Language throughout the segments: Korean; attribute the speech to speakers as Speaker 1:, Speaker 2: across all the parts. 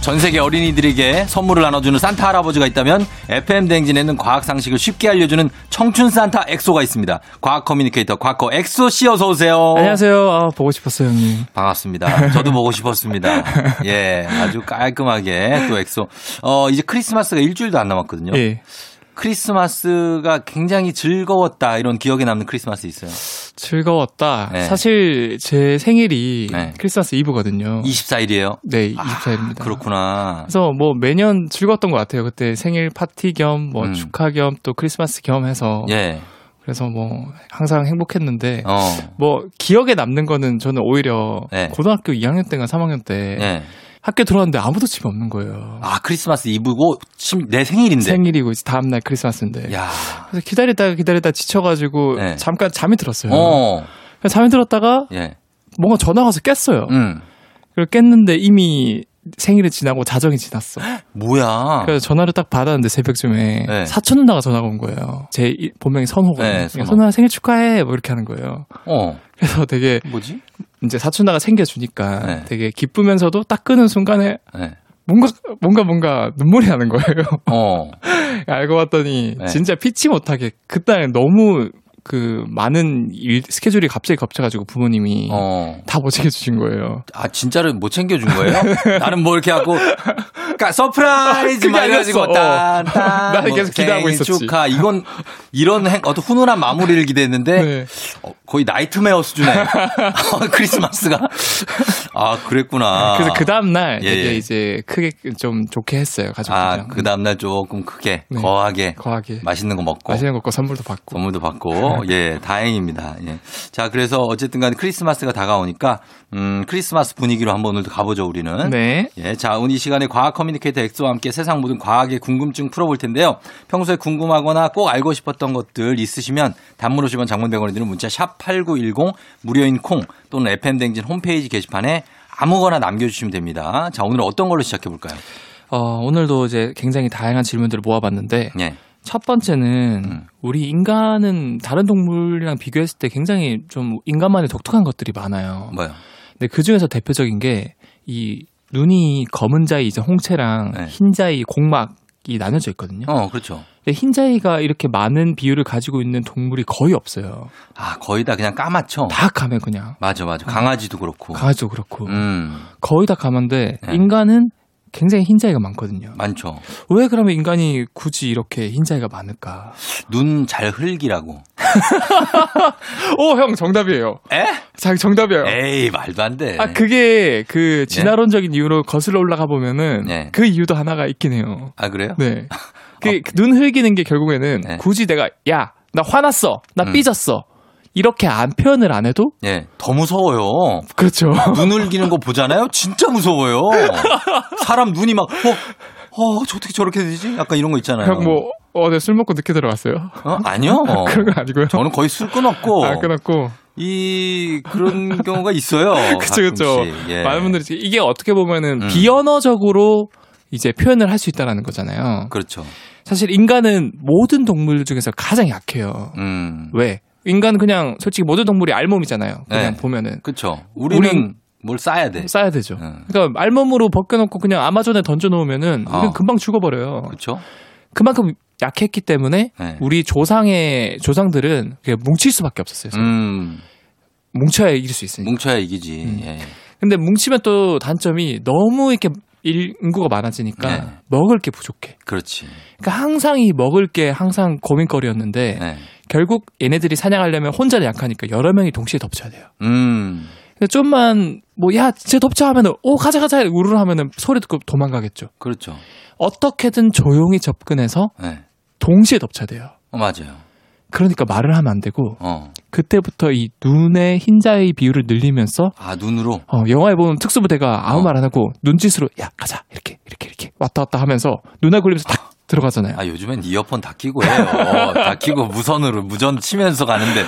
Speaker 1: 전 세계 어린이들에게 선물을 나눠주는 산타 할아버지가 있다면 FM 대행진에는 과학 상식을 쉽게 알려주는 청춘 산타 엑소가 있습니다. 과학 커뮤니케이터 과커 엑소 씨 어서 오세요.
Speaker 2: 안녕하세요. 아, 보고 싶었어요, 형님.
Speaker 1: 반갑습니다. 저도 보고 싶었습니다. 예, 아주 깔끔하게 또 엑소. 어, 이제 크리스마스가 일주일도 안 남았거든요.
Speaker 2: 예.
Speaker 1: 크리스마스가 굉장히 즐거웠다 이런 기억에 남는 크리스마스 있어요.
Speaker 2: 즐거웠다.
Speaker 1: 네.
Speaker 2: 사실 제 생일이
Speaker 1: 네.
Speaker 2: 크리스마스 이브거든요.
Speaker 1: 24일이에요. 아,
Speaker 2: 네, 24일입니다.
Speaker 1: 그렇구나.
Speaker 2: 그래서 뭐 매년 즐거웠던 것 같아요. 그때 생일 파티 겸 뭐
Speaker 1: 음.
Speaker 2: 축하 겸 또 크리스마스 겸 해서
Speaker 1: 예.
Speaker 2: 그래서 뭐 항상 행복했는데
Speaker 1: 어.
Speaker 2: 뭐 기억에 남는 거는 저는 오히려
Speaker 1: 네.
Speaker 2: 고등학교 2학년 때인가 3학년 때
Speaker 1: 예.
Speaker 2: 학교 들어왔는데 아무도 집에 없는 거예요.
Speaker 1: 아, 크리스마스 이브고 지금 내 생일인데.
Speaker 2: 생일이고 이제 다음 날 크리스마스인데.
Speaker 1: 야.
Speaker 2: 그래서 기다리다가 기다리다 지쳐가지고
Speaker 1: 네.
Speaker 2: 잠깐 잠이 들었어요.
Speaker 1: 어.
Speaker 2: 그래서 잠이 들었다가
Speaker 1: 예.
Speaker 2: 뭔가 전화가 와서 깼어요.
Speaker 1: 음.
Speaker 2: 그리고 깼는데 이미 생일이 지나고 자정이 지났어.
Speaker 1: 뭐야?
Speaker 2: 그래서 전화를 딱 받았는데 새벽쯤에
Speaker 1: 아. 네.
Speaker 2: 사촌 누나가 전화가 온 거예요. 제 이- 본명이 선호거든요.
Speaker 1: 네, 선호.
Speaker 2: 선호. 야 생일 축하해 뭐 이렇게 하는 거예요.
Speaker 1: 어.
Speaker 2: 그래서 되게
Speaker 1: 뭐지?
Speaker 2: 이제 사촌 누나가 챙겨주니까
Speaker 1: 네.
Speaker 2: 되게 기쁘면서도 딱 끄는 순간에
Speaker 1: 예.
Speaker 2: 뭔가 뭔가 뭔가 눈물이 나는 거예요.
Speaker 1: 어.
Speaker 2: 알고 봤더니
Speaker 1: 네.
Speaker 2: 진짜 피치 못하게 그날 너무 그 많은 일 스케줄이 갑자기 겹쳐가지고 부모님이
Speaker 1: 어.
Speaker 2: 다 못 챙겨주신 거예요.
Speaker 1: 아 진짜로 못 챙겨준 거예요? 나는 뭐 이렇게 하고 그러니까 서프라이즈
Speaker 2: 그게
Speaker 1: 막 이래가지고
Speaker 2: 아니었어.
Speaker 1: 딴, 딴,
Speaker 2: 나는
Speaker 1: 뭐
Speaker 2: 계속 기대하고
Speaker 1: 생일
Speaker 2: 있었지.
Speaker 1: 축하 이건 이런 행- 어떤 훈훈한 마무리를 기대했는데
Speaker 2: 네.
Speaker 1: 어, 거의 나이트메어 수준의 크리스마스가 아 그랬구나.
Speaker 2: 그래서 그 다음날
Speaker 1: 예,
Speaker 2: 되게
Speaker 1: 예.
Speaker 2: 이제 크게 좀 좋게 했어요 가족들이랑
Speaker 1: 아그 다음날 조금 크게
Speaker 2: 네.
Speaker 1: 거하게
Speaker 2: 거하게
Speaker 1: 맛있는 거 먹고
Speaker 2: 맛있는 거 먹고 선물도 받고
Speaker 1: 선물도 받고 예 다행입니다 예. 자 그래서 어쨌든간 에 크리스마스가 다가오니까 음 크리스마스 분위기로 한번 오늘도 가보죠 우리는
Speaker 2: 네
Speaker 1: 예, 자, 오늘 이 시간에 과학 커뮤니케이터 엑소와 함께 세상 모든 과학의 궁금증 풀어볼 텐데요. 평소에 궁금하거나 꼭 알고 싶었던 것들 있으시면 단문 50원 장문 100원이 드는 문자 샵8910 무료인 콩 또는 FM댕진 홈페이지 게시판에 아무거나 남겨주시면 됩니다. 자, 오늘 어떤 걸로 시작해볼까요?
Speaker 2: 어, 오늘도 이제 굉장히 다양한 질문들을 모아봤는데
Speaker 1: 예.
Speaker 2: 첫 번째는
Speaker 1: 음.
Speaker 2: 우리 인간은 다른 동물이랑 비교했을 때 굉장히 좀 인간만의 독특한 것들이 많아요
Speaker 1: 뭐요?
Speaker 2: 근데 그 중에서 대표적인 게 이 눈이 검은 자이 이제 홍채랑
Speaker 1: 네.
Speaker 2: 흰 자이 공막이 나눠져 있거든요.
Speaker 1: 어, 그렇죠.
Speaker 2: 근데 흰 자이가 이렇게 많은 비율을 가지고 있는 동물이 거의 없어요.
Speaker 1: 아, 거의 다 그냥 까맣죠?
Speaker 2: 다 감해 그냥.
Speaker 1: 맞아, 맞아. 강아지도 그렇고.
Speaker 2: 강아지도 그렇고
Speaker 1: 음,
Speaker 2: 거의 다 감한데
Speaker 1: 네.
Speaker 2: 인간은 굉장히 흰자위가 많거든요.
Speaker 1: 많죠.
Speaker 2: 왜 그러면 인간이 굳이 이렇게 흰자위가 많을까?
Speaker 1: 눈 잘 흘기라고.
Speaker 2: 오 어, 형 정답이에요.
Speaker 1: 에?
Speaker 2: 자 정답이에요.
Speaker 1: 에이, 말도 안 돼.
Speaker 2: 아 그게 그 진화론적인 이유로 거슬러 올라가 보면은
Speaker 1: 네.
Speaker 2: 그 이유도 하나가 있긴 해요.
Speaker 1: 아, 그래요?
Speaker 2: 네. 그 눈 흘기는 게 결국에는
Speaker 1: 어. 네.
Speaker 2: 굳이 내가 야 나 화났어 나
Speaker 1: 음.
Speaker 2: 삐졌어 이렇게 안 표현을 안 해도
Speaker 1: 예, 더 무서워요.
Speaker 2: 그렇죠.
Speaker 1: 눈을 기는 거 보잖아요? 진짜 무서워요. 사람 눈이 막, 어, 어, 저 어떻게 저렇게 되지? 약간 이런 거 있잖아요.
Speaker 2: 그냥 뭐 어제 술 먹고 늦게 들어갔어요.
Speaker 1: 어? 아니요.
Speaker 2: 그런 건 아니고요.
Speaker 1: 저는 거의 술 끊었고,
Speaker 2: 아 끊었고
Speaker 1: 이, 그런 경우가 있어요.
Speaker 2: 그쵸, 그쵸.
Speaker 1: 가끔씩. 예.
Speaker 2: 많은 분들이 지금 이게 어떻게 보면은
Speaker 1: 음.
Speaker 2: 비언어적으로 이제 표현을 할 수 있다라는 거잖아요.
Speaker 1: 그렇죠.
Speaker 2: 사실 인간은 모든 동물 중에서 가장 약해요.
Speaker 1: 음.
Speaker 2: 왜? 인간은 그냥 솔직히 모든 동물이 알몸이잖아요. 그냥
Speaker 1: 네.
Speaker 2: 보면은
Speaker 1: 그쵸. 우리는
Speaker 2: 우린-
Speaker 1: 뭘 싸야 돼.
Speaker 2: 싸야 되죠.
Speaker 1: 음.
Speaker 2: 그러니까 알몸으로 벗겨놓고 그냥 아마존에 던져놓으면은
Speaker 1: 아.
Speaker 2: 우리는 금방 죽어버려요.
Speaker 1: 그쵸.
Speaker 2: 그만큼 약했기 때문에
Speaker 1: 네.
Speaker 2: 우리 조상의 조상들은 그냥 뭉칠 수밖에 없었어요.
Speaker 1: 음,
Speaker 2: 뭉쳐야 이길 수 있으니까.
Speaker 1: 뭉쳐야 이기지.
Speaker 2: 음.
Speaker 1: 예.
Speaker 2: 근데 뭉치면 또 단점이 너무 이렇게 일- 인구가 많아지니까
Speaker 1: 네.
Speaker 2: 먹을 게 부족해.
Speaker 1: 그렇지.
Speaker 2: 그러니까 항상 이 먹을 게 항상 고민거리였는데
Speaker 1: 예.
Speaker 2: 결국 얘네들이 사냥하려면 혼자 약하니까 여러 명이 동시에 덮쳐야 돼요.
Speaker 1: 음,
Speaker 2: 근데 좀만 뭐 야, 쟤 덮쳐 하면은 오 가자 가자 우르르 하면은 소리 듣고 도망가겠죠.
Speaker 1: 그렇죠.
Speaker 2: 어떻게든 조용히 접근해서
Speaker 1: 예.
Speaker 2: 동시에 덮쳐야 돼요.
Speaker 1: 어, 맞아요.
Speaker 2: 그러니까 말을 하면 안 되고
Speaker 1: 어.
Speaker 2: 그때부터 이 눈의 흰자의 비율을 늘리면서
Speaker 1: 아, 눈으로?
Speaker 2: 어, 영화에 보면 특수부대가 아무
Speaker 1: 어.
Speaker 2: 말 안 하고 눈짓으로 야 가자 이렇게 이렇게 이렇게 왔다 갔다 하면서 눈알 굴리면서 탁 들어가잖아요.
Speaker 1: 아, 요즘엔 이어폰 다 끼고 해요. 다 끼고 무선으로 무전 치면서 가는데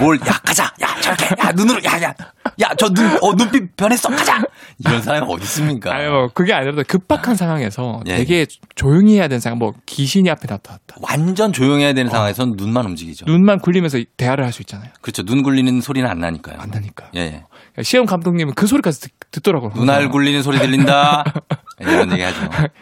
Speaker 1: 뭘, 야, 가자! 야, 저렇게! 야, 눈으로! 야, 야! 야, 저 눈, 어, 눈빛 변했어. 가자. 이런 사람이 어디 있습니까?
Speaker 2: 아니 뭐 그게 아니라도 급박한 상황에서
Speaker 1: 그러니까. 예.
Speaker 2: 되게 조용히 해야 되는 상황 뭐 귀신이 앞에 나타났다
Speaker 1: 완전 조용해야 되는 상황에선 눈만 움직이죠.
Speaker 2: 눈만 굴리면서 대화를 할 수 있잖아요
Speaker 1: 그렇죠. 눈 굴리는 소리는 안 나니까요.
Speaker 2: 안 나니까요
Speaker 1: 예, 예.
Speaker 2: 시험 감독님은 그 소리까지 듣, 듣더라고요 그러니까
Speaker 1: 눈알 굴리는 소리 들린다. 예, 이런 얘기 하죠.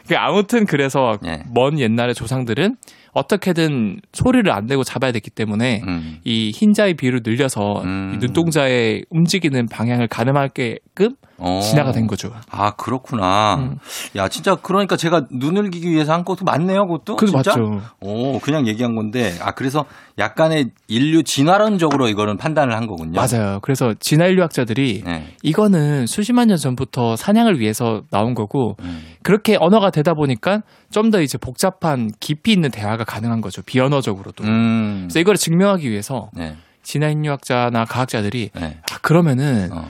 Speaker 2: 그 아무튼 그래서
Speaker 1: 예.
Speaker 2: 먼 옛날의 조상들은 어떻게든 소리를 안 내고 잡아야 됐기 때문에
Speaker 1: 음.
Speaker 2: 이 흰자의 비율을 늘려서
Speaker 1: 음.
Speaker 2: 이 눈동자의 움직이는 방향을 가늠하게끔
Speaker 1: 어.
Speaker 2: 진화가 된 거죠.
Speaker 1: 아, 그렇구나.
Speaker 2: 음.
Speaker 1: 야, 진짜 그러니까 제가 눈을 기기 위해서 한 것도 맞네요, 그것도.
Speaker 2: 그래서
Speaker 1: 진짜?
Speaker 2: 맞죠.
Speaker 1: 오, 그냥 얘기한 건데. 아, 그래서 약간의 인류 진화론적으로 이거는 판단을 한 거군요.
Speaker 2: 맞아요. 그래서 진화인류학자들이
Speaker 1: 네.
Speaker 2: 이거는 수십만 년 전부터 사냥을 위해서 나온 거고
Speaker 1: 음.
Speaker 2: 그렇게 언어가 되다 보니까 좀 더 이제 복잡한 깊이 있는 대화가 가능한 거죠. 비언어적으로도.
Speaker 1: 음.
Speaker 2: 그래서 이걸 증명하기 위해서
Speaker 1: 네.
Speaker 2: 진화인류학자나 과학자들이
Speaker 1: 네.
Speaker 2: 아 그러면은
Speaker 1: 어,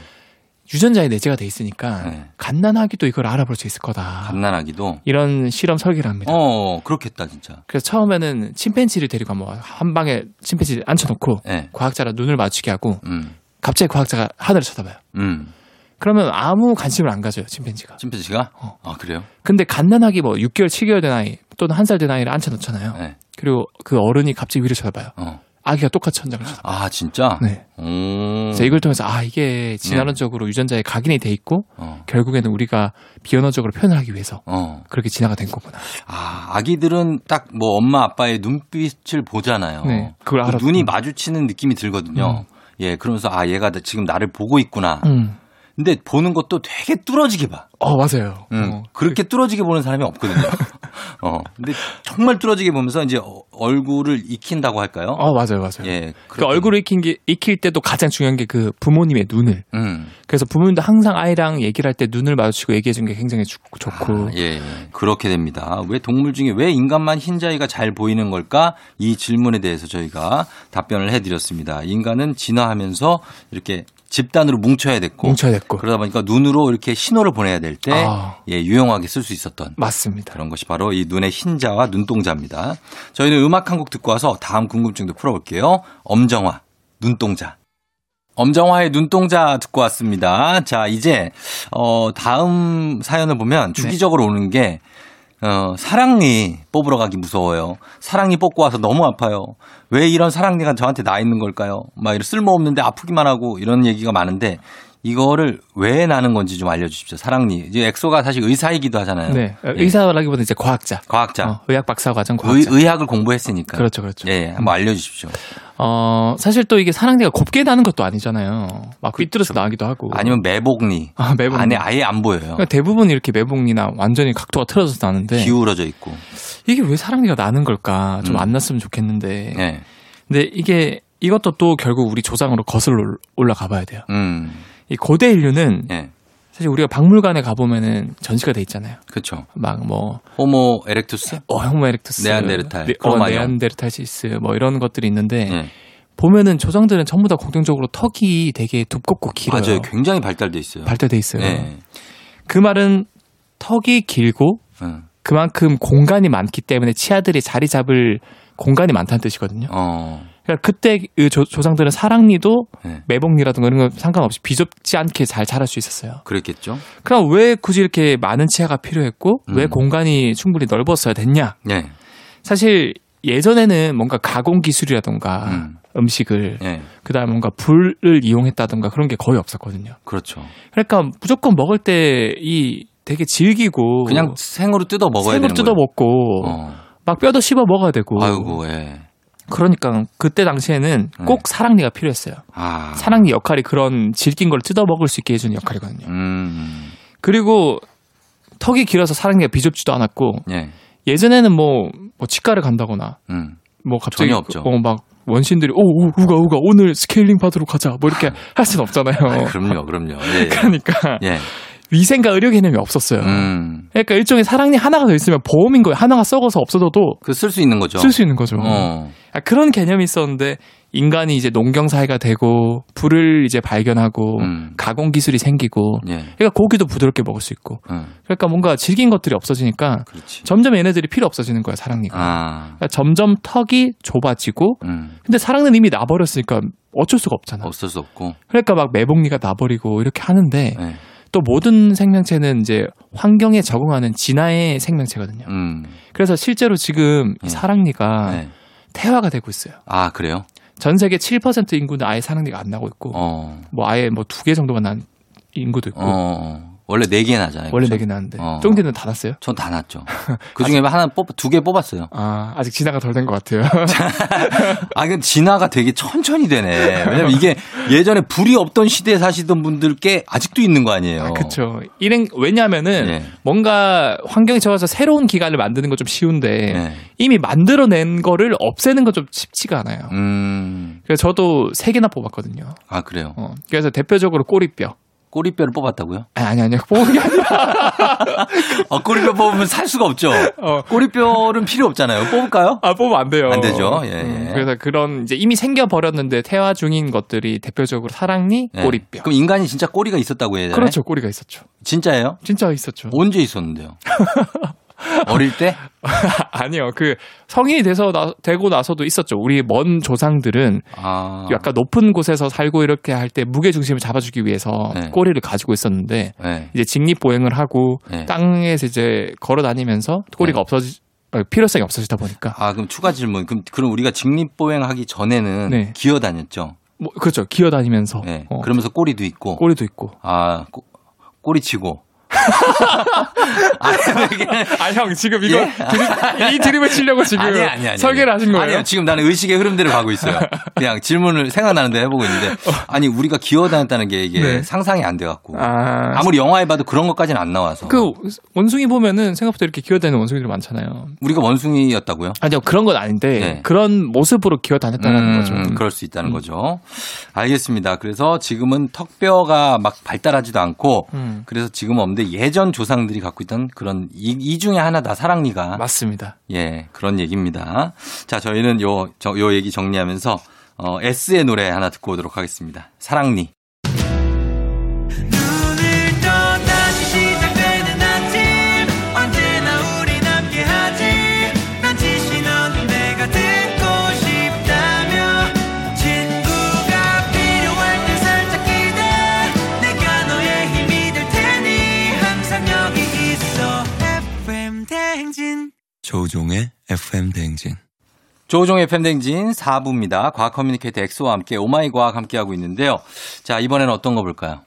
Speaker 2: 유전자에 내재가 돼 있으니까
Speaker 1: 네.
Speaker 2: 갓난아기도 이걸 알아볼 수 있을 거다.
Speaker 1: 갓난아기도.
Speaker 2: 이런 실험 설계를 합니다.
Speaker 1: 어, 그렇겠다, 진짜.
Speaker 2: 그래서 처음에는 침팬지를 데리고 한번 한 방에 침팬지 앉혀놓고
Speaker 1: 네.
Speaker 2: 과학자랑 눈을 마주치게 하고
Speaker 1: 음.
Speaker 2: 갑자기 과학자가 하늘을 쳐다봐요.
Speaker 1: 음.
Speaker 2: 그러면 아무 관심을 안 가져요 침팬지가.
Speaker 1: 침팬 씨가?
Speaker 2: 어.
Speaker 1: 아, 그래요?
Speaker 2: 근데 갓난아기 뭐 6개월, 7개월 된 아이 또는 한 살 된 아이를 앉혀놓잖아요.
Speaker 1: 네.
Speaker 2: 그리고 그 어른이 갑자기 위를 쳐다봐요.
Speaker 1: 어.
Speaker 2: 아기가 똑같이 천장을 쳐다봐요.
Speaker 1: 아, 진짜?
Speaker 2: 네.
Speaker 1: 오.
Speaker 2: 그래서 이걸 통해서 아 이게 진화론적으로 유전자에 각인이 돼 있고
Speaker 1: 어.
Speaker 2: 결국에는 우리가 비언어적으로 표현을 하기 위해서
Speaker 1: 어.
Speaker 2: 그렇게 진화가 된 거구나.
Speaker 1: 아, 아기들은 딱 뭐 엄마 아빠의 눈빛을 보잖아요.
Speaker 2: 네, 음. 그걸
Speaker 1: 그
Speaker 2: 알아.
Speaker 1: 눈이 마주치는 느낌이 들거든요. 예, 그러면서 아, 얘가 나- 지금 나를 보고 있구나.
Speaker 2: 음.
Speaker 1: 근데 보는 것도 되게 뚫어지게 봐.
Speaker 2: 어 맞아요.
Speaker 1: 음,
Speaker 2: 어.
Speaker 1: 그렇게 뚫어지게 보는 사람이 없거든요. 어, 근데 정말 뚫어지게 보면서 이제 어- 얼굴을 익힌다고 할까요?
Speaker 2: 어 맞아요, 맞아요.
Speaker 1: 예,
Speaker 2: 그 얼굴을 익힌 게, 익힐 때도 가장 중요한 게 그 부모님의 눈을.
Speaker 1: 음,
Speaker 2: 그래서 부모님도 항상 아이랑 얘기를 할 때 눈을 마주치고 얘기해 준 게 굉장히 주- 좋고.
Speaker 1: 아, 예, 예. 그렇게 됩니다. 왜 동물 중에 왜 인간만 흰자위가 잘 보이는 걸까? 이 질문에 대해서 저희가 답변을 해드렸습니다. 인간은 진화하면서 이렇게 집단으로 뭉쳐야 됐고
Speaker 2: 뭉쳐야 됐고.
Speaker 1: 그러다 보니까 눈으로 이렇게 신호를 보내야 될 때
Speaker 2: 아.
Speaker 1: 예, 유용하게 쓸 수 있었던
Speaker 2: 맞습니다.
Speaker 1: 그런 것이 바로 이 눈의 흰자와 눈동자입니다. 저희는 음악 한 곡 듣고 와서 다음 궁금증도 풀어볼게요. 엄정화, 눈동자. 엄정화의 눈동자 듣고 왔습니다. 자, 이제, 어, 다음 사연을 보면 주기적으로 오는 게, 어, 사랑니 뽑으러 가기 무서워요. 사랑니 뽑고 와서 너무 아파요. 왜 이런 사랑니가 저한테 나 있는 걸까요? 막 이런 쓸모없는데 아프기만 하고 이런 얘기가 많은데, 이거를 왜 나는 건지 좀 알려주십시오. 사랑니. 이제 엑소가 사실 의사이기도 하잖아요.
Speaker 2: 네.
Speaker 1: 예.
Speaker 2: 의사라기보다 이제 과학자.
Speaker 1: 과학자.
Speaker 2: 어, 의학 박사 과정 과학자.
Speaker 1: 의, 의학을 공부했으니까.
Speaker 2: 그렇죠, 그렇죠.
Speaker 1: 예, 한번 알려주십시오.
Speaker 2: 어, 사실 또 이게 사랑니가 곱게 나는 것도 아니잖아요. 막 삐뚤어서 나기도 하고.
Speaker 1: 아니면 매복니.
Speaker 2: 아, 매복.
Speaker 1: 안에 아예 안 보여요.
Speaker 2: 그러니까 대부분 이렇게 매복니나 완전히 각도가 틀어져서 나는데
Speaker 1: 기울어져 있고.
Speaker 2: 이게 왜 사랑니가 나는 걸까 좀
Speaker 1: 음.
Speaker 2: 안 났으면 좋겠는데
Speaker 1: 예.
Speaker 2: 근데 이게 이것도 또 결국 우리 조상으로 거슬러 올라가 봐야 돼요
Speaker 1: 음.
Speaker 2: 이 고대 인류는
Speaker 1: 예.
Speaker 2: 사실 우리가 박물관에 가보면은 전시가 돼 있잖아요.
Speaker 1: 그렇죠.
Speaker 2: 막 뭐
Speaker 1: 호모 에렉투스.
Speaker 2: 어, 호모 에렉투스,
Speaker 1: 네안데르탈,
Speaker 2: 네, 어,
Speaker 1: 크로마뇽.
Speaker 2: 네안데르탈시스 뭐 이런 것들이 있는데
Speaker 1: 예.
Speaker 2: 보면은 조상들은 전부 다 공통적으로 턱이 되게 두껍고 길어요.
Speaker 1: 맞아요. 굉장히 발달돼 있어요.
Speaker 2: 발달돼 있어요.
Speaker 1: 예.
Speaker 2: 그 말은 턱이 길고
Speaker 1: 음.
Speaker 2: 그만큼 공간이 많기 때문에 치아들이 자리 잡을 공간이 많다는 뜻이거든요.
Speaker 1: 어.
Speaker 2: 그러니까 그때 그 조, 조상들은 사랑니도
Speaker 1: 예.
Speaker 2: 매복니라든가 이런 거 상관없이 비좁지 않게 잘 자랄 수 있었어요.
Speaker 1: 그랬겠죠.
Speaker 2: 그럼 왜 굳이 이렇게 많은 치아가 필요했고
Speaker 1: 음.
Speaker 2: 왜 공간이 충분히 넓었어야 됐냐?
Speaker 1: 예.
Speaker 2: 사실 예전에는 뭔가 가공 기술이라던가
Speaker 1: 음.
Speaker 2: 음. 식을
Speaker 1: 예.
Speaker 2: 그다음에 뭔가 불을 이용했다던가 그런 게 거의 없었거든요.
Speaker 1: 그렇죠.
Speaker 2: 그러니까 무조건 먹을 때 이 되게 질기고
Speaker 1: 그냥 생으로 뜯어 먹어야
Speaker 2: 생으로
Speaker 1: 되는
Speaker 2: 뜯어
Speaker 1: 거예요.
Speaker 2: 먹고
Speaker 1: 어.
Speaker 2: 막 뼈도 씹어 먹어야 되고
Speaker 1: 아이고, 예.
Speaker 2: 그러니까 그때 당시에는
Speaker 1: 네.
Speaker 2: 꼭 사랑니가 필요했어요.
Speaker 1: 아.
Speaker 2: 사랑니 역할이 그런 질긴 걸 뜯어 먹을 수 있게 해주는 역할이거든요.
Speaker 1: 음.
Speaker 2: 그리고 턱이 길어서 사랑니가 비좁지도 않았고
Speaker 1: 예.
Speaker 2: 예전에는 뭐, 뭐 치과를 간다거나
Speaker 1: 음.
Speaker 2: 뭐 갑자기
Speaker 1: 전혀 없죠.
Speaker 2: 어, 막 원신들이 오, 오 우가 우가 오늘 스케일링 받으러 가자 뭐 이렇게 할 수는 없잖아요.
Speaker 1: 아, 그럼요, 그럼요. 아. 그 예. 예.
Speaker 2: 그러니까
Speaker 1: 예.
Speaker 2: 위생과 의료 개념이 없었어요.
Speaker 1: 음.
Speaker 2: 그러니까 일종의 사랑니 하나가 더 있으면 보험인 거예요. 하나가 썩어서 없어져도
Speaker 1: 그 쓸 수 있는 거죠.
Speaker 2: 쓸 수 있는 거죠.
Speaker 1: 어.
Speaker 2: 아, 그런 개념이 있었는데 인간이 이제 농경 사회가 되고 불을 이제 발견하고
Speaker 1: 음.
Speaker 2: 가공 기술이 생기고
Speaker 1: 예.
Speaker 2: 그러니까 고기도 부드럽게 먹을 수 있고
Speaker 1: 음.
Speaker 2: 그러니까 뭔가 질긴 것들이 없어지니까
Speaker 1: 그렇지.
Speaker 2: 점점 얘네들이 필요 없어지는 거야 사랑니가.
Speaker 1: 아.
Speaker 2: 그러니까 점점 턱이 좁아지고
Speaker 1: 음.
Speaker 2: 근데 사랑니는 이미 나버렸으니까 어쩔 수가 없잖아.
Speaker 1: 없을 수 없고.
Speaker 2: 그러니까 막 매복니가 나버리고 이렇게 하는데
Speaker 1: 예.
Speaker 2: 또 모든 생명체는 이제 환경에 적응하는 진화의 생명체거든요.
Speaker 1: 음.
Speaker 2: 그래서 실제로 지금 이
Speaker 1: 예.
Speaker 2: 사랑니가
Speaker 1: 예.
Speaker 2: 태화가 되고 있어요.
Speaker 1: 아, 그래요?
Speaker 2: 전 세계 7% 인구는 아예 사랑니가 안 나고 있고
Speaker 1: 어.
Speaker 2: 뭐 아예 뭐 두 개 정도만 난 인구도 있고
Speaker 1: 어, 어. 원래 네 개 나잖아요.
Speaker 2: 원래 네개 나는데
Speaker 1: 어.
Speaker 2: 쫑디는 다 났어요?
Speaker 1: 전다 났죠. 그 중에 하나 뽑, 두 개 뽑았어요.
Speaker 2: 아 아직 진화가 덜 된 것 같아요.
Speaker 1: 아, 그 진화가 되게 천천히 되네. 왜냐면 이게 예전에 불이 없던 시대에 사시던 분들께 아직도 있는 거 아니에요.
Speaker 2: 아, 그렇죠. 일행 왜냐하면은
Speaker 1: 예.
Speaker 2: 뭔가 환경에 적어서 새로운 기관을 만드는 건 좀 쉬운데
Speaker 1: 예.
Speaker 2: 이미 만들어낸 거를 없애는 건 좀 쉽지가 않아요.
Speaker 1: 음.
Speaker 2: 그래서 저도 세 개나 뽑았거든요.
Speaker 1: 아, 그래요.
Speaker 2: 어, 그래서 대표적으로 꼬리뼈.
Speaker 1: 꼬리뼈를 뽑았다고요?
Speaker 2: 아니 아니 아니요. 뽑은 게 아니라
Speaker 1: 아, 꼬리뼈 뽑으면 살 수가 없죠.
Speaker 2: 어.
Speaker 1: 꼬리뼈는 필요 없잖아요. 뽑을까요?
Speaker 2: 아, 뽑으면 안 돼요.
Speaker 1: 안 되죠. 예, 예.
Speaker 2: 음, 그래서 그런 이제 이미 생겨 버렸는데 태화 중인 것들이 대표적으로 사랑니,
Speaker 1: 예.
Speaker 2: 꼬리뼈.
Speaker 1: 그럼 인간이 진짜 꼬리가 있었다고 해야 되나요?
Speaker 2: 그렇죠. 꼬리가 있었죠.
Speaker 1: 진짜예요?
Speaker 2: 진짜 있었죠.
Speaker 1: 언제 있었는데요? 어릴 때?
Speaker 2: 아니요. 그 성인이 돼서 나- 되고 나서도 있었죠. 우리 먼 조상들은
Speaker 1: 아.
Speaker 2: 약간 높은 곳에서 살고 이렇게 할 때 무게 중심을 잡아주기 위해서
Speaker 1: 네.
Speaker 2: 꼬리를 가지고 있었는데
Speaker 1: 예.
Speaker 2: 이제 직립 보행을 하고
Speaker 1: 예.
Speaker 2: 땅에서 이제 걸어 다니면서 꼬리가 없어지 어, 필요성이 없어지다 보니까
Speaker 1: 아, 그럼 추가 질문. 그럼, 그럼 우리가 직립보행하기 전에는
Speaker 2: 네.
Speaker 1: 기어 다녔죠.
Speaker 2: 뭐 그렇죠. 기어 다니면서
Speaker 1: 네.
Speaker 2: 어,
Speaker 1: 그러면서 꼬리도 있고.
Speaker 2: 꼬리도 있고.
Speaker 1: 아, 꼬, 꼬리 치고. 아, 이게-
Speaker 2: 아 형 지금 이거
Speaker 1: 예?
Speaker 2: 드립- 이 드립을 치려고 지금
Speaker 1: 아니, 아니, 아니.
Speaker 2: 설계를 하신 거예요?
Speaker 1: 아니요, 지금 나는 의식의 흐름대로 가고 있어요. 그냥 질문을 생각나는 대로 해보고 있는데. 아니, 우리가 기어 다녔다는 게 이게
Speaker 2: 어. 네.
Speaker 1: 상상이 안 돼갖고.
Speaker 2: 아,
Speaker 1: 아무리 영화에 봐도 그런 것까지는 안 나와서.
Speaker 2: 그 원숭이 보면은 생각보다 이렇게 기어다니는 원숭이들 많잖아요.
Speaker 1: 우리가 원숭이였다고요?
Speaker 2: 아니요 그런 건 아닌데
Speaker 1: 네.
Speaker 2: 그런 모습으로 기어다녔다는
Speaker 1: 음,
Speaker 2: 거죠.
Speaker 1: 그럴 수 있다는 거죠. 알겠습니다. 그래서 지금은 턱뼈가 막 발달하지도 않고
Speaker 2: 음,
Speaker 1: 그래서 지금 없는데 예전 조상들이 갖고 있던 그런 이, 이 중에 하나다 사랑니가
Speaker 2: 맞습니다.
Speaker 1: 예 그런 얘기입니다. 자 저희는 요 저, 요 얘기 정리하면서 어, S의 노래 하나 듣고 오도록 하겠습니다. 사랑니
Speaker 3: 오늘 또 다시 시작되는 아침 언제나 우리 함께하지 난 지시 넌 내가 듣고 싶다며 친구가 필요할 때 살짝 기대 내가 너의 힘이 될 테니 항상 여기 있어 FM 대행진
Speaker 4: 조우종의 FM 대행진.
Speaker 1: 조종의 팬댕진 4부입니다. 과학 커뮤니케이터 엑소와 함께 오마이 과학 함께하고 있는데요. 자 이번에는 어떤 거 볼까요?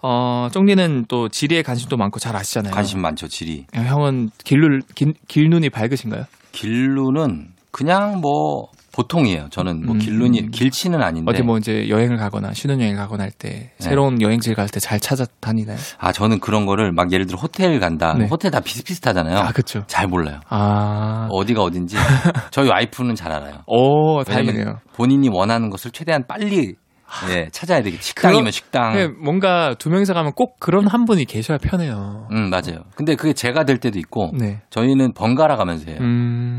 Speaker 2: 어, 쫑디는 또 지리에 관심도 많고 잘 아시잖아요.
Speaker 1: 관심 많죠 지리.
Speaker 2: 야, 형은 길눈 길, 길눈이 밝으신가요?
Speaker 1: 길루는 그냥 뭐 보통이에요. 저는 뭐
Speaker 2: 음.
Speaker 1: 길루니 길치는 아닌데
Speaker 2: 어디 뭐 이제 여행을 가거나 신혼여행 가거나 할 때
Speaker 1: 네.
Speaker 2: 새로운 여행지를 갈 때 잘 찾아다니나요?
Speaker 1: 아 저는 그런 거를 막 예를 들어 호텔 간다.
Speaker 2: 네.
Speaker 1: 호텔 다 비슷비슷하잖아요.
Speaker 2: 아 그렇죠.
Speaker 1: 잘 몰라요.
Speaker 2: 아,
Speaker 1: 어. 어디가 어딘지 저희 와이프는 잘 알아요.
Speaker 2: 오 다행이네요.
Speaker 1: 왜냐면 본인이 원하는 것을 최대한 빨리 예, 찾아야 되겠. 식당이면
Speaker 2: 그럼-
Speaker 1: 식당.
Speaker 2: 네, 뭔가 두 명이서 가면 꼭 그런 한 분이 계셔야 편해요.
Speaker 1: 음 맞아요. 근데 그게 제가 될 때도 있고
Speaker 2: 네.
Speaker 1: 저희는 번갈아 가면서 해요.
Speaker 2: 음.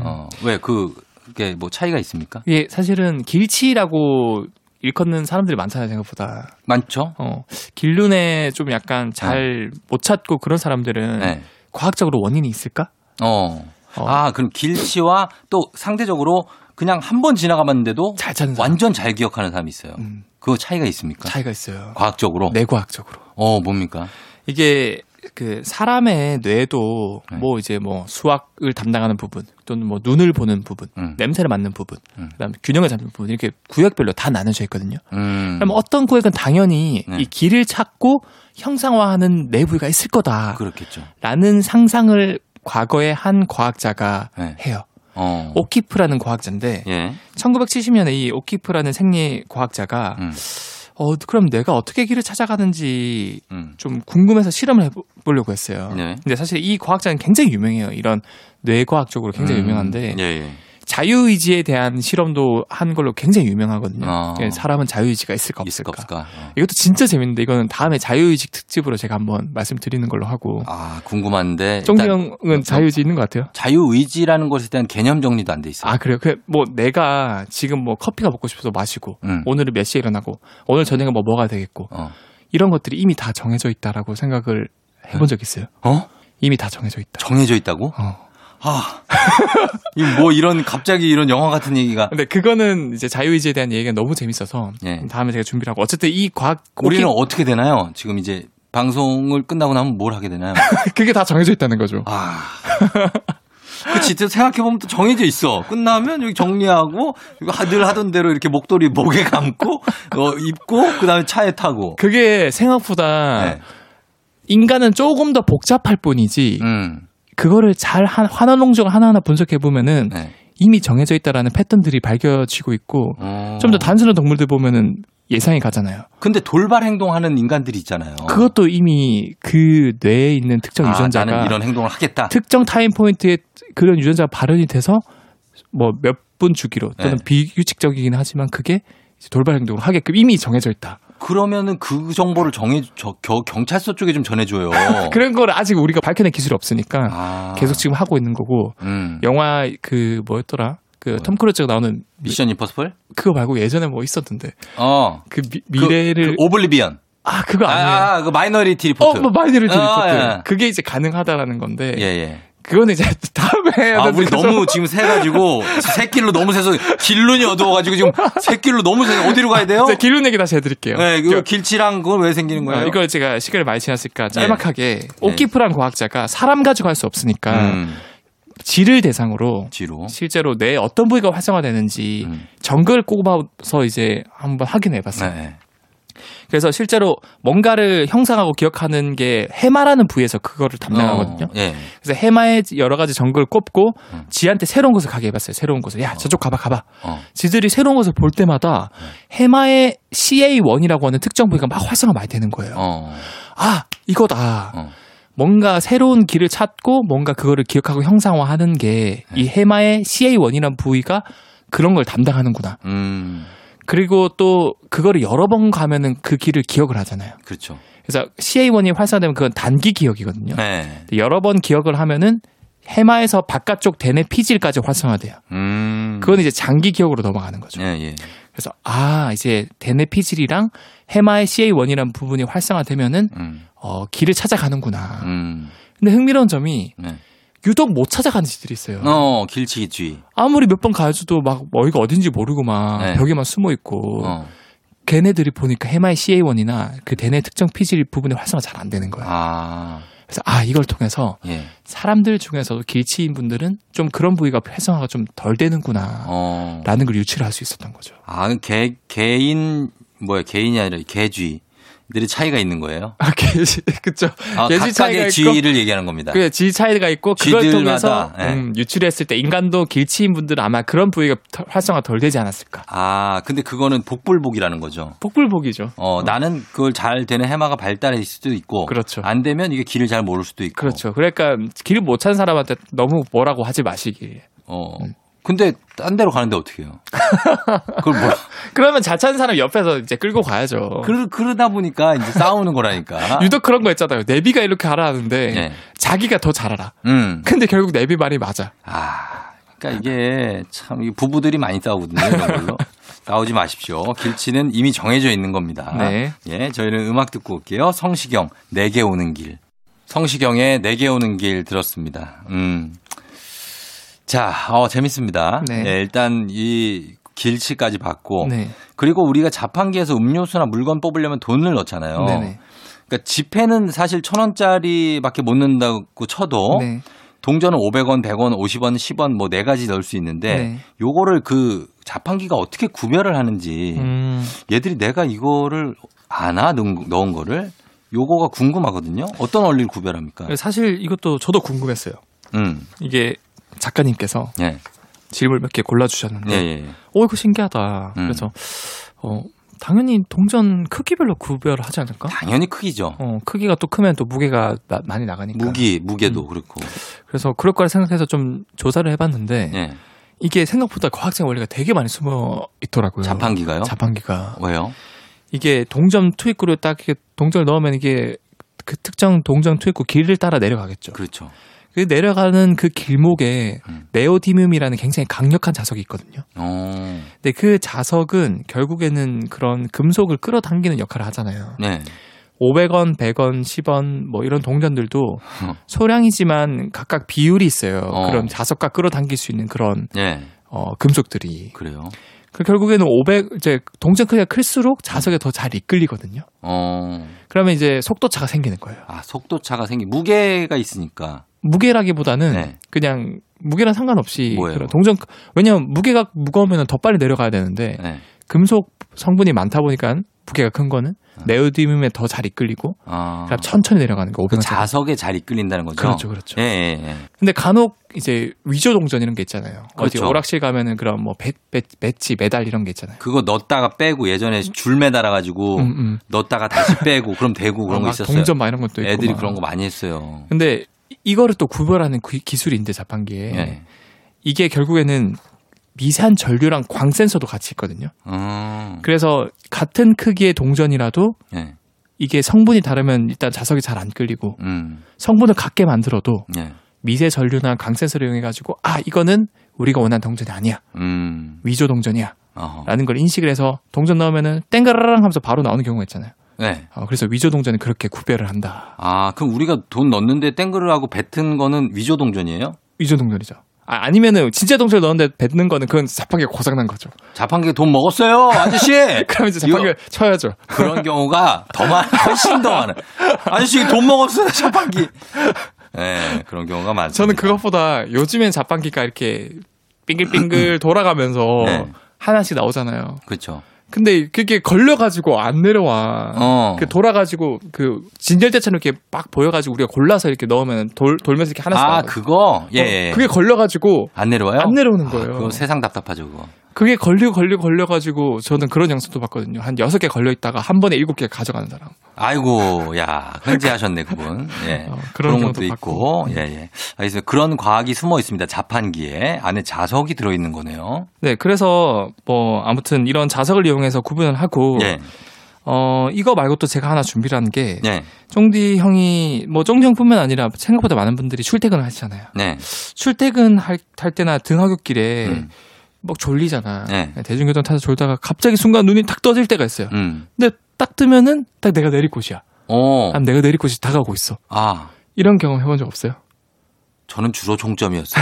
Speaker 1: 음. 어. 어왜그 그게 뭐 차이가 있습니까?
Speaker 2: 이게 사실은 길치라고 일컫는 사람들이 많잖아요, 생각보다.
Speaker 1: 많죠.
Speaker 2: 어. 길눈에 좀 약간 잘 못 찾고 그런 사람들은
Speaker 1: 네.
Speaker 2: 과학적으로 원인이 있을까?
Speaker 1: 어.
Speaker 2: 어.
Speaker 1: 아 그럼 길치와 또 상대적으로 그냥 한 번 지나가봤는데도
Speaker 2: 잘 찾는 사람.
Speaker 1: 완전 그러니까. 잘 기억하는 사람이 있어요.
Speaker 2: 음,
Speaker 1: 그거 차이가 있습니까?
Speaker 2: 차이가 네. 있어요.
Speaker 1: 과학적으로?
Speaker 2: 내과학적으로.
Speaker 1: 어, 뭡니까?
Speaker 2: 이게 그 사람의 뇌도
Speaker 1: 네.
Speaker 2: 뭐 이제 뭐 수학을 담당하는 부분 또는 뭐 눈을 보는 부분,
Speaker 1: 음.
Speaker 2: 냄새를 맡는 부분,
Speaker 1: 음.
Speaker 2: 그다음에 균형을 잡는 부분 이렇게 구역별로 다 나눠져 있거든요.
Speaker 1: 음.
Speaker 2: 그럼 어떤 구역은 당연히
Speaker 1: 네.
Speaker 2: 이 길을 찾고 형상화하는 내 부위가 있을 거다라는
Speaker 1: 아, 그렇겠죠.
Speaker 2: 상상을 과거에 한 과학자가
Speaker 1: 네.
Speaker 2: 해요.
Speaker 1: 어.
Speaker 2: 오키프라는 과학자인데
Speaker 1: 예.
Speaker 2: 1970년에 이 오키프라는 생리 과학자가
Speaker 1: 음.
Speaker 2: 어 그럼 내가 어떻게 길을 찾아가는지
Speaker 1: 음.
Speaker 2: 좀 궁금해서 실험을 해보려고 했어요.
Speaker 1: 네.
Speaker 2: 근데 사실 이 과학자는 굉장히 유명해요. 이런 뇌과학적으로 굉장히
Speaker 1: 음.
Speaker 2: 유명한데
Speaker 1: 예, 예.
Speaker 2: 자유의지에 대한 실험도 한 걸로 굉장히 유명하거든요.
Speaker 1: 어.
Speaker 2: 예, 사람은 자유의지가 있을까 음.
Speaker 1: 있을까
Speaker 2: 없을까.
Speaker 1: 없을까. 어.
Speaker 2: 이것도 진짜 재밌는데 이거는 다음에 자유의지 특집으로 제가 한번 말씀드리는 걸로 하고
Speaker 1: 아 궁금한데
Speaker 2: 쫑디
Speaker 1: 일단
Speaker 2: 형은 자유의지 있는 것 같아요.
Speaker 1: 자유의지라는 것에 대한 개념 정리도 안 돼 있어요.
Speaker 2: 아 그래요? 그뭐 내가 지금 뭐 커피가 먹고 싶어서 마시고
Speaker 1: 음.
Speaker 2: 오늘은 몇 시에 일어나고 오늘 저녁에 뭐 먹어야 되겠고
Speaker 1: 어.
Speaker 2: 이런 것들이 이미 다 정해져 있다라고 생각을 해본 적 있어요.
Speaker 1: 어?
Speaker 2: 이미 다 정해져 있다.
Speaker 1: 정해져 있다고?
Speaker 2: 어.
Speaker 1: 아. 이 뭐 이런 갑자기 이런 영화 같은 얘기가
Speaker 2: 근데 그거는 이제 자유의지에 대한 얘기가 너무 재밌어서
Speaker 1: 예.
Speaker 2: 다음에 제가 준비를 하고 어쨌든 이 과학
Speaker 1: 우리는 어떻게 되나요? 지금 이제 방송을 끝나고 나면 뭘 하게 되나요?
Speaker 2: 그게 다 정해져 있다는 거죠.
Speaker 1: 아. 그치, 또 생각해보면 또 정해져 있어. 끝나면 여기 정리하고, 이거 하- 늘 하던 대로 이렇게 목도리 목에 감고, 어, 입고, 그 다음에 차에 타고.
Speaker 2: 그게 생각보다
Speaker 1: 네.
Speaker 2: 인간은 조금 더 복잡할 뿐이지
Speaker 1: 음,
Speaker 2: 그거를 잘 한- 환원홍조가 하나하나 분석해 보면은
Speaker 1: 네.
Speaker 2: 이미 정해져 있다라는 패턴들이 밝혀지고 있고
Speaker 1: 어.
Speaker 2: 좀 더 단순한 동물들 보면은 예상이 가잖아요.
Speaker 1: 근데 돌발 행동하는 인간들이 있잖아요.
Speaker 2: 그것도 이미 그 뇌에 있는 특정
Speaker 1: 어. 아,
Speaker 2: 유전자가
Speaker 1: 나는 이런 행동을 하겠다.
Speaker 2: 특정 타임 포인트에 그런 유전자가 발현이 돼서 뭐 몇 분 주기로 또는
Speaker 1: 네.
Speaker 2: 비규칙적이긴 하지만 그게 이제 돌발 행동을 하게끔 이미 정해져 있다.
Speaker 1: 그러면은 그 정보를 정해, 저, 겨- 경찰서 쪽에 좀 전해줘요.
Speaker 2: 그런 걸 아직 우리가 밝혀낸 기술이 없으니까
Speaker 1: 어. 아.
Speaker 2: 계속 지금 하고 있는 거고
Speaker 1: 음.
Speaker 2: 영화 그 뭐였더라? 그 톰 크루즈가 나오는
Speaker 1: 미션 임퍼스블?
Speaker 2: 그거 말고 예전에 뭐 있었던데
Speaker 1: 어.
Speaker 2: 그 미, 래를
Speaker 1: 그 오블리비언.
Speaker 2: 아 그거 아니에요.
Speaker 1: 아, 아, 그 마이너리티
Speaker 2: 어,
Speaker 1: 리포트.
Speaker 2: 뭐 마이너리티
Speaker 1: 아,
Speaker 2: 리포트.
Speaker 1: 예.
Speaker 2: 그게 이제 가능하다라는 건데
Speaker 1: 예, 예.
Speaker 2: 그건 이제 다음에
Speaker 1: 아,
Speaker 2: 하는
Speaker 1: 우리
Speaker 2: 거죠.
Speaker 1: 너무 지금 새가지고, 새길로 너무 새서, 길눈이 어두워가지고 지금 새길로 너무 새서, 어디로 가야 돼요?
Speaker 2: 제가 기른 얘기 다시 해드릴게요.
Speaker 1: 네, 그 길치랑 그건 왜 생기는 거예요? 네.
Speaker 2: 어, 이걸 제가 시간을 많이 지났으니까 짤막하게 오키프란 과학자가 사람 가지고 할 수 없으니까
Speaker 1: 음,
Speaker 2: 질을 대상으로
Speaker 1: 뒤로.
Speaker 2: 실제로 뇌 어떤 부위가 활성화되는지
Speaker 1: 음.
Speaker 2: 정글 꼽아서 이제 한번 확인해봤어요.
Speaker 1: 네.
Speaker 2: 그래서 실제로 뭔가를 형상하고 기억하는 게 해마라는 부위에서 그거를 담당하거든요.
Speaker 1: 어, 예.
Speaker 2: 그래서 해마의 여러 가지 정글을 꼽고
Speaker 1: 음.
Speaker 2: 지한테 새로운 곳을 가게 해봤어요. 새로운 곳을 야 저쪽 가봐 가봐.
Speaker 1: 어.
Speaker 2: 지들이 새로운 곳을 볼 때마다
Speaker 1: 네.
Speaker 2: 해마의 CA1이라고 하는 특정 부위가 막 활성화 많이 되는 거예요.
Speaker 1: 어.
Speaker 2: 아 이거다.
Speaker 1: 어.
Speaker 2: 뭔가 새로운 길을 찾고 뭔가 그거를 기억하고 형상화하는 게 이
Speaker 1: 네.
Speaker 2: 해마의 CA1이라는 부위가 그런 걸 담당하는구나.
Speaker 1: 음.
Speaker 2: 그리고 또 그거를 여러 번 가면은 그 길을 기억을 하잖아요.
Speaker 1: 그렇죠.
Speaker 2: 그래서 CA1이 활성화되면 그건 단기 기억이거든요.
Speaker 1: 네.
Speaker 2: 여러 번 기억을 하면은 해마에서 바깥쪽 대뇌 피질까지 활성화돼요.
Speaker 1: 음.
Speaker 2: 그건 이제 장기 기억으로 넘어가는 거죠.
Speaker 1: 예, 예.
Speaker 2: 그래서 아 이제 대뇌 피질이랑 해마의 CA1이라는 부분이 활성화되면은
Speaker 1: 음.
Speaker 2: 어, 길을 찾아가는구나.
Speaker 1: 음.
Speaker 2: 근데 흥미로운 점이
Speaker 1: 네.
Speaker 2: 유독 못 찾아가는 짓들이 있어요.
Speaker 1: 어, 길치기 뒤.
Speaker 2: 아무리 몇 번 가줘도 막 어디가 어딘지 모르고 막
Speaker 1: 네.
Speaker 2: 벽에만 숨어 있고
Speaker 1: 어.
Speaker 2: 걔네들이 보니까 해마의 CA1이나 그 대뇌 특정 피질 부분의 활성화 잘 안 되는 거예요.
Speaker 1: 아.
Speaker 2: 그래서 아 이걸 통해서
Speaker 1: 예.
Speaker 2: 사람들 중에서도 길치인 분들은 좀 그런 부위가 활성화가 좀 덜 되는구나.
Speaker 1: 어.
Speaker 2: 라는 걸 유추를 할 수 있었던 거죠.
Speaker 1: 아, 개, 개인, 뭐야, 개인이 아니라 개쥐들의 차이가 있는 거예요?
Speaker 2: 아, 개지, 그쵸.
Speaker 1: 아,
Speaker 2: 개지 차이가
Speaker 1: 각각의
Speaker 2: 있고,
Speaker 1: 쥐를 얘기하는 겁니다.
Speaker 2: 그지 차이가 있고, 그걸
Speaker 1: 쥐들마다,
Speaker 2: 통해서
Speaker 1: 예.
Speaker 2: 음, 유추했을 때 인간도 길치인 분들은 아마 그런 부위가 더- 활성화 덜 되지 않았을까.
Speaker 1: 아, 근데 그거는 복불복이라는 거죠.
Speaker 2: 복불복이죠.
Speaker 1: 어, 나는 그걸 잘 되는 해마가 발달했을 수도 있고.
Speaker 2: 그렇죠.
Speaker 1: 안 되면 이게 길을 잘 모를 수도 있고.
Speaker 2: 그렇죠. 그러니까 길을 못 찾는 사람한테 너무 뭐라고 하지 마시길.
Speaker 1: 어.
Speaker 2: 음.
Speaker 1: 근데 딴 데로 가는데 어떻게 해요? 그걸 뭐라.
Speaker 2: 그러면 잘 찾는 사람 옆에서 이제 끌고 가야죠.
Speaker 1: 그러, 그러다 보니까 이제 싸우는 거라니까.
Speaker 2: 유독 네. 그런 거 있잖아요. 내비가 이렇게 하라는데
Speaker 1: 예.
Speaker 2: 자기가 더 잘 알아.
Speaker 1: 음.
Speaker 2: 근데 결국 내비 말이 맞아.
Speaker 1: 아. 그러니까 이게 참이 부부들이 많이 싸우거든요. 이런 걸로. 싸우지 마십시오. 길치는 이미 정해져 있는 겁니다.
Speaker 2: 네.
Speaker 1: 예, 저희는 음악 듣고 올게요. 성시경, 내게 오는 길. 성시경의 내게 오는 길 들었습니다. 음. 자, 어, 재밌습니다.
Speaker 2: 네.
Speaker 1: 예, 일단 이 길치까지 봤고.
Speaker 2: 네.
Speaker 1: 그리고 우리가 자판기에서 음료수나 물건 뽑으려면 돈을 넣잖아요.
Speaker 2: 네네.
Speaker 1: 그러니까 지폐는 사실 천 원짜리밖에 못 넣는다고 쳐도
Speaker 2: 네.
Speaker 1: 동전은 500원, 100원, 50원, 10원 뭐 네 가지 넣을 수 있는데
Speaker 2: 네.
Speaker 1: 요거를 그 자판기가 어떻게 구별을 하는지
Speaker 2: 음.
Speaker 1: 얘들이 내가 이거를 아나 넣은, 넣은 거를 요거가 궁금하거든요. 어떤 원리를 구별합니까?
Speaker 2: 사실 이것도 저도 궁금했어요.
Speaker 1: 음.
Speaker 2: 이게 작가님께서
Speaker 1: 예.
Speaker 2: 질문 몇 개
Speaker 1: 예,
Speaker 2: 골라주셨는데,
Speaker 1: 예. 예.
Speaker 2: 오 이거 신기하다.
Speaker 1: 음.
Speaker 2: 그래서 어 당연히 동전 크기별로 구별을 하지 않을까?
Speaker 1: 당연히 크기죠.
Speaker 2: 어 그러니까. 크기가 또 크면 또 무게가 나- 많이 나가니까. 음.
Speaker 1: 무기, 무게도 그렇고.
Speaker 2: 그래서 그럴 거라 생각해서 좀 조사를 해봤는데
Speaker 1: 예.
Speaker 2: 이게 생각보다 과학적 원리가 되게 많이 숨어 있더라고요.
Speaker 1: 자판기가요?
Speaker 2: 자판기가
Speaker 1: 왜요?
Speaker 2: 이게 동전 투입구를 딱 이렇게 동전을 넣으면 이게 그 특정 동전 투입구 길을 따라 내려가겠죠.
Speaker 1: 그렇죠.
Speaker 2: 그 내려가는 그 길목에
Speaker 1: 음.
Speaker 2: 네오디뮴이라는 굉장히 강력한 자석이 있거든요.
Speaker 1: 어,
Speaker 2: 근데 그 자석은 결국에는 그런 금속을 끌어당기는 역할을 하잖아요.
Speaker 1: 네.
Speaker 2: 500원, 100원, 10원 뭐 이런 동전들도 소량이지만 각각 비율이 있어요.
Speaker 1: 어.
Speaker 2: 그런 자석과 끌어당길 수 있는 그런
Speaker 1: 네.
Speaker 2: 어, 금속들이.
Speaker 1: 그래요.
Speaker 2: 그 결국에는 500 이제 동전 크기가 클수록 자석에 더 잘 이끌리거든요.
Speaker 1: 어,
Speaker 2: 그러면 이제 속도차가 생기는 거예요.
Speaker 1: 아, 속도차가 생기, 무게가 있으니까.
Speaker 2: 무게라기보다는
Speaker 1: 네.
Speaker 2: 그냥 무게랑 상관없이
Speaker 1: 뭐예요?
Speaker 2: 그런 동전 왜냐면 무게가 무거우면 더 빨리 내려가야 되는데
Speaker 1: 네.
Speaker 2: 금속 성분이 많다 보니까 무게가 큰 거는
Speaker 1: 아.
Speaker 2: 네오디뮴에 더 잘 이끌리고
Speaker 1: 아.
Speaker 2: 그다음 천천히 내려가는 거. 500원.
Speaker 1: 자석에 잘 이끌린다는 거죠.
Speaker 2: 그렇죠, 그렇죠.
Speaker 1: 예, 예, 예.
Speaker 2: 근데 간혹 이제 위조 동전 이런 게 있잖아요. 어디
Speaker 1: 그렇죠.
Speaker 2: 오락실 가면은 그런 뭐 배, 배, 배치, 메달 이런 게 있잖아요.
Speaker 1: 그거 넣었다가 빼고 예전에 줄 매달아가지고
Speaker 2: 음, 음.
Speaker 1: 넣었다가 다시 빼고 그럼 되고 뭐 그런
Speaker 2: 막
Speaker 1: 거 있었어요.
Speaker 2: 동전 막 이런 것도 있고.
Speaker 1: 애들이
Speaker 2: 막.
Speaker 1: 그런 거 많이 했어요.
Speaker 2: 근데 이- 이거를 또 구별하는 그 기술인데 자판기에
Speaker 1: 예.
Speaker 2: 이게 결국에는 미세한 전류랑 광 센서도 같이 있거든요.
Speaker 1: 음,
Speaker 2: 그래서 같은 크기의 동전이라도
Speaker 1: 예.
Speaker 2: 이게 성분이 다르면 일단 자석이 잘 안 끌리고
Speaker 1: 음,
Speaker 2: 성분을 같게 만들어도
Speaker 1: 예.
Speaker 2: 미세 전류나 광 센서를 이용해 가지고 아 이거는 우리가 원하는 동전이 아니야
Speaker 1: 음,
Speaker 2: 위조 동전이야
Speaker 1: 어허.
Speaker 2: 라는 걸 인식을 해서 동전 넣으면은 땡가라랑 하면서 바로 나오는 경우가 있잖아요.
Speaker 1: 네.
Speaker 2: 어, 그래서 위조 동전은 그렇게 구별을 한다.
Speaker 1: 아, 그럼 우리가 돈 넣는데 땡그를 하고 뱉은 거는 위조 동전이에요?
Speaker 2: 위조 동전이죠. 아, 니면은 진짜 동전을 넣었는데 뱉는 거는 그건 자판기가 고장난 거죠.
Speaker 1: 자판기에 돈 먹었어요, 아저씨.
Speaker 2: 그럼 이제 자판기를 쳐야죠.
Speaker 1: 그런 경우가 더 많아, 훨씬 더 많아. 아저씨 돈 먹었어요, 자판기. 예, 그런 경우가 많아요.
Speaker 2: 저는 그것보다 요즘엔 자판기가 이렇게 빙글빙글 돌아가면서
Speaker 1: 음. 네.
Speaker 2: 하나씩 나오잖아요.
Speaker 1: 그렇죠.
Speaker 2: 근데 그게 걸려가지고 안 내려와.
Speaker 1: 어.
Speaker 2: 그 돌아가지고 그 진열대처럼 이렇게 막 보여가지고 우리가 골라서 이렇게 넣으면 돌 돌면서 이렇게 하나씩
Speaker 1: 아,
Speaker 2: 나와요. 어,
Speaker 1: 그거? 예, 예.
Speaker 2: 그게 걸려가지고
Speaker 1: 안 내려와요?
Speaker 2: 안 내려오는
Speaker 1: 아,
Speaker 2: 거예요.
Speaker 1: 그거 세상 답답하죠, 그거.
Speaker 2: 그게 걸리고 걸리고 걸려가지고 저는 그런 영상도 봤거든요. 한 여섯 개 걸려있다가 한 번에 일곱 개 가져가는 사람.
Speaker 1: 아이고, 야, 현지하셨네, 그분. 예.
Speaker 2: 어,
Speaker 1: 그런,
Speaker 2: 그런
Speaker 1: 것도
Speaker 2: 경우도 음.
Speaker 1: 있고. 예, 예. 알겠습니다. 그런 과학이 숨어 있습니다. 자판기에. 안에 자석이 들어있는 거네요.
Speaker 2: 네, 그래서 뭐 아무튼 이런 자석을 이용해서 구분을 하고
Speaker 1: 예.
Speaker 2: 어 이거 말고 또 제가 하나 준비를 한 게
Speaker 1: 예.
Speaker 2: 쫑디 형이 뭐 쫑디 형뿐만 아니라 생각보다 많은 분들이 출퇴근을 하시잖아요.
Speaker 1: 네.
Speaker 2: 출퇴근 할, 할 때나 등하굣길에
Speaker 1: 음.
Speaker 2: 막 졸리잖아.
Speaker 1: 네.
Speaker 2: 대중교통 타서 졸다가 갑자기 순간 눈이 탁 떠질 때가 있어요.
Speaker 1: 음.
Speaker 2: 근데 딱 뜨면은 딱 내가 내릴 곳이야.
Speaker 1: 어.
Speaker 2: 아, 내가 내릴 곳이 다가오고 있어.
Speaker 1: 아,
Speaker 2: 이런 경험 해본 적 없어요?
Speaker 1: 저는 주로 종점이었어요.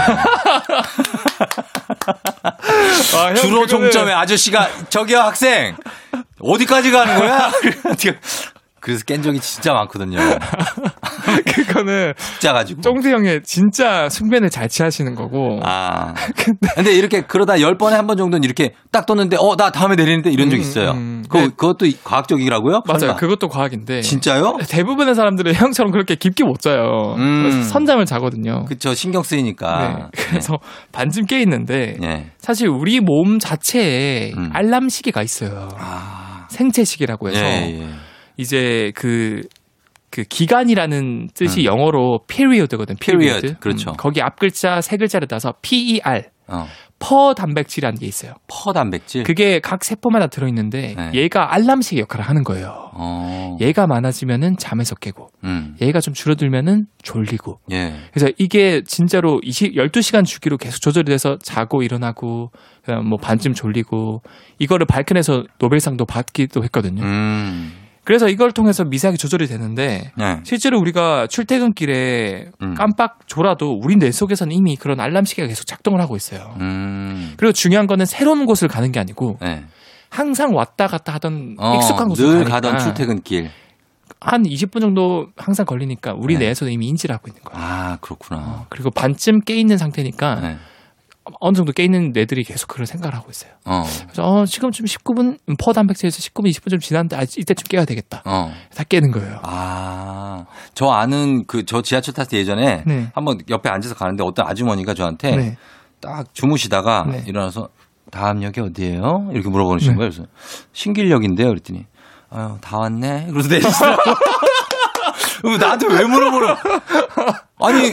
Speaker 2: 아,
Speaker 1: 주로 종점에 아저씨가 저기요 학생 어디까지 가는 거야? 그래서 깬 적이 진짜 많거든요.
Speaker 2: 그거는
Speaker 1: 진짜 가지고.
Speaker 2: 쫑디 형의 진짜 숙면을 잘 취하시는 거고.
Speaker 1: 음. 아. 근데 이렇게 그러다 열 번에 한 번 정도는 이렇게 딱 떴는데 어 나 다음에 내리는데 이런 적
Speaker 2: 음,
Speaker 1: 있어요.
Speaker 2: 음.
Speaker 1: 그
Speaker 2: 네.
Speaker 1: 그것도 이- 과학적이라고요?
Speaker 2: 맞아요. 네.
Speaker 1: 설마.
Speaker 2: 그것도 과학인데.
Speaker 1: 진짜요?
Speaker 2: 대부분의 사람들은 형처럼 그렇게 깊게 못 자요.
Speaker 1: 음.
Speaker 2: 그래서 선잠을 자거든요.
Speaker 1: 그쵸 신경 쓰이니까.
Speaker 2: 네. 그래서 반쯤 깨 있는데
Speaker 1: 아, 네. 네.
Speaker 2: 사실 우리 몸 자체에
Speaker 1: 음.
Speaker 2: 알람 시계가 있어요.
Speaker 1: 아.
Speaker 2: 생체 시계라고 해서
Speaker 1: 예, 예.
Speaker 2: 이제 그, 그 기간이라는 뜻이
Speaker 1: 음.
Speaker 2: 영어로 period거든. period.
Speaker 1: period, 그렇죠.
Speaker 2: 음, 거기 앞 글자 세 글자를 따서 PER,
Speaker 1: 어.
Speaker 2: 퍼 단백질이라는 게 있어요.
Speaker 1: 퍼 단백질.
Speaker 2: 그게 각 세포마다 들어 있는데
Speaker 1: 네.
Speaker 2: 얘가 알람 시계 역할을 하는 거예요.
Speaker 1: 어.
Speaker 2: 얘가 많아지면은 잠에서 깨고
Speaker 1: 음.
Speaker 2: 얘가 좀 줄어들면은 졸리고
Speaker 1: 예.
Speaker 2: 그래서 이게 진짜로 20, 12시간 주기로 계속 조절이 돼서 자고 일어나고 그냥 뭐 반쯤 졸리고 이거를 발견해서 노벨상도 받기도 했거든요.
Speaker 1: 음.
Speaker 2: 그래서 이걸 통해서 미세하게 조절이 되는데
Speaker 1: 네.
Speaker 2: 실제로 우리가 출퇴근길에
Speaker 1: 음.
Speaker 2: 깜빡 졸아도 우리 뇌 속에서는 이미 그런 알람 시계가 계속 작동을 하고 있어요.
Speaker 1: 음.
Speaker 2: 그리고 중요한 거는 새로운 곳을 가는 게 아니고
Speaker 1: 네.
Speaker 2: 항상 왔다 갔다 하던
Speaker 1: 어,
Speaker 2: 익숙한 곳으로
Speaker 1: 늘
Speaker 2: 가니까
Speaker 1: 가던 출퇴근길.
Speaker 2: 한 20분 정도 항상 걸리니까 우리
Speaker 1: 네.
Speaker 2: 뇌에서 이미 인지를 하고 있는 거예요.
Speaker 1: 아 그렇구나.
Speaker 2: 어, 그리고 반쯤 깨 있는 상태니까
Speaker 1: 네.
Speaker 2: 어느 정도 깨 있는 뇌들이 계속 그런 생각을 하고 있어요.
Speaker 1: 어.
Speaker 2: 그래서 어, 지금쯤 19분 음, 포단백질에서 19분 20분쯤 지났는데 아, 이때쯤 깨야 되겠다.
Speaker 1: 어.
Speaker 2: 다 깨는 거예요.
Speaker 1: 아, 저 아는 그 저 지하철 탔을 때 예전에
Speaker 2: 네.
Speaker 1: 한번 옆에 앉아서 가는데 어떤 아주머니가 저한테
Speaker 2: 네.
Speaker 1: 딱 주무시다가
Speaker 2: 네.
Speaker 1: 일어나서 다음 역이 어디예요? 이렇게 물어보시는
Speaker 2: 네.
Speaker 1: 거예요. 그래서 신길역인데요. 그랬더니 아유 다 왔네. 그래서 내리시더라고. 나한테 왜 물어보러? 아니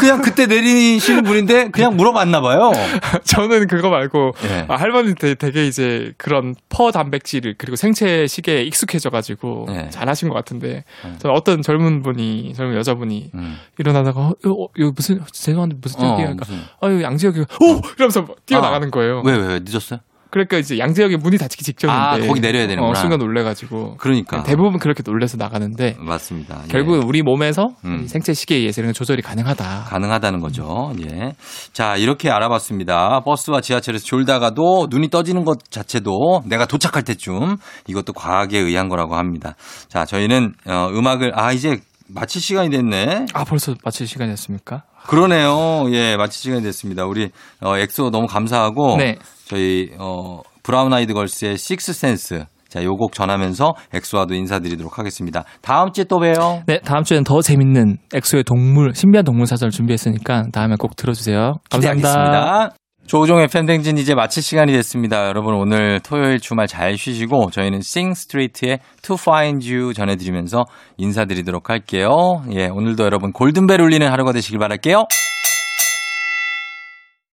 Speaker 1: 그냥 그때 내리시는 분인데 그냥 물어봤나 봐요.
Speaker 2: 저는 그거 말고
Speaker 1: 예.
Speaker 2: 아, 할머니 되- 되게 이제 그런 퍼 단백질을 그리고 생체 시계에 익숙해져가지고
Speaker 1: 예.
Speaker 2: 잘하신 것 같은데
Speaker 1: 음.
Speaker 2: 저는 어떤 젊은 분이 젊은 여자분이
Speaker 1: 음.
Speaker 2: 일어나다가 어, 이거, 어, 이거 무슨 죄송한데 무슨
Speaker 1: 어,
Speaker 2: 얘기할까
Speaker 1: 무슨-
Speaker 2: 아유 양재혁이 오 이러면서 막 뛰어나가는 거예요.
Speaker 1: 왜, 왜, 왜 늦었어요?
Speaker 2: 그러니까 이제 양재혁이 문이 닫히기 직전인데
Speaker 1: 아, 거기 내려야 되는구나.
Speaker 2: 어, 순간 놀래가지고
Speaker 1: 그러니까.
Speaker 2: 대부분 그렇게 놀래서 나가는데
Speaker 1: 맞습니다. 예.
Speaker 2: 결국 은 우리 몸에서
Speaker 1: 음.
Speaker 2: 이 생체 시계에 의해서 이런 조절이 가능하다.
Speaker 1: 가능하다는 거죠. 예. 자, 이렇게 알아봤습니다. 버스와 지하철에서 졸다가도 눈이 떠지는 것 자체도 내가 도착할 때쯤 이것도 과학에 의한 거라고 합니다. 자, 저희는 어, 음악을 아 이제 마칠 시간이 됐네.
Speaker 2: 아 벌써 마칠 시간이었습니까?
Speaker 1: 그러네요. 예, 마칠 시간이 됐습니다. 우리 어, 엑소 너무 감사하고
Speaker 2: 네.
Speaker 1: 저희 어, 브라운 아이드 걸스의 식스 센스 자, 요 곡 전하면서 엑소와도 인사드리도록 하겠습니다. 다음 주에 또 봬요.
Speaker 2: 네, 다음 주에는 더 재밌는 엑소의 동물, 신비한 동물 사전을 준비했으니까 다음에 꼭 들어주세요. 감사합니다.
Speaker 1: 기대하겠습니다. 조우종의 팬댕진 이제 마칠 시간이 됐습니다. 여러분 오늘 토요일 주말 잘 쉬시고 저희는 싱 스트레이트의 To Find You 전해드리면서 인사드리도록 할게요. 예, 오늘도 여러분 골든벨 울리는 하루가 되시길 바랄게요.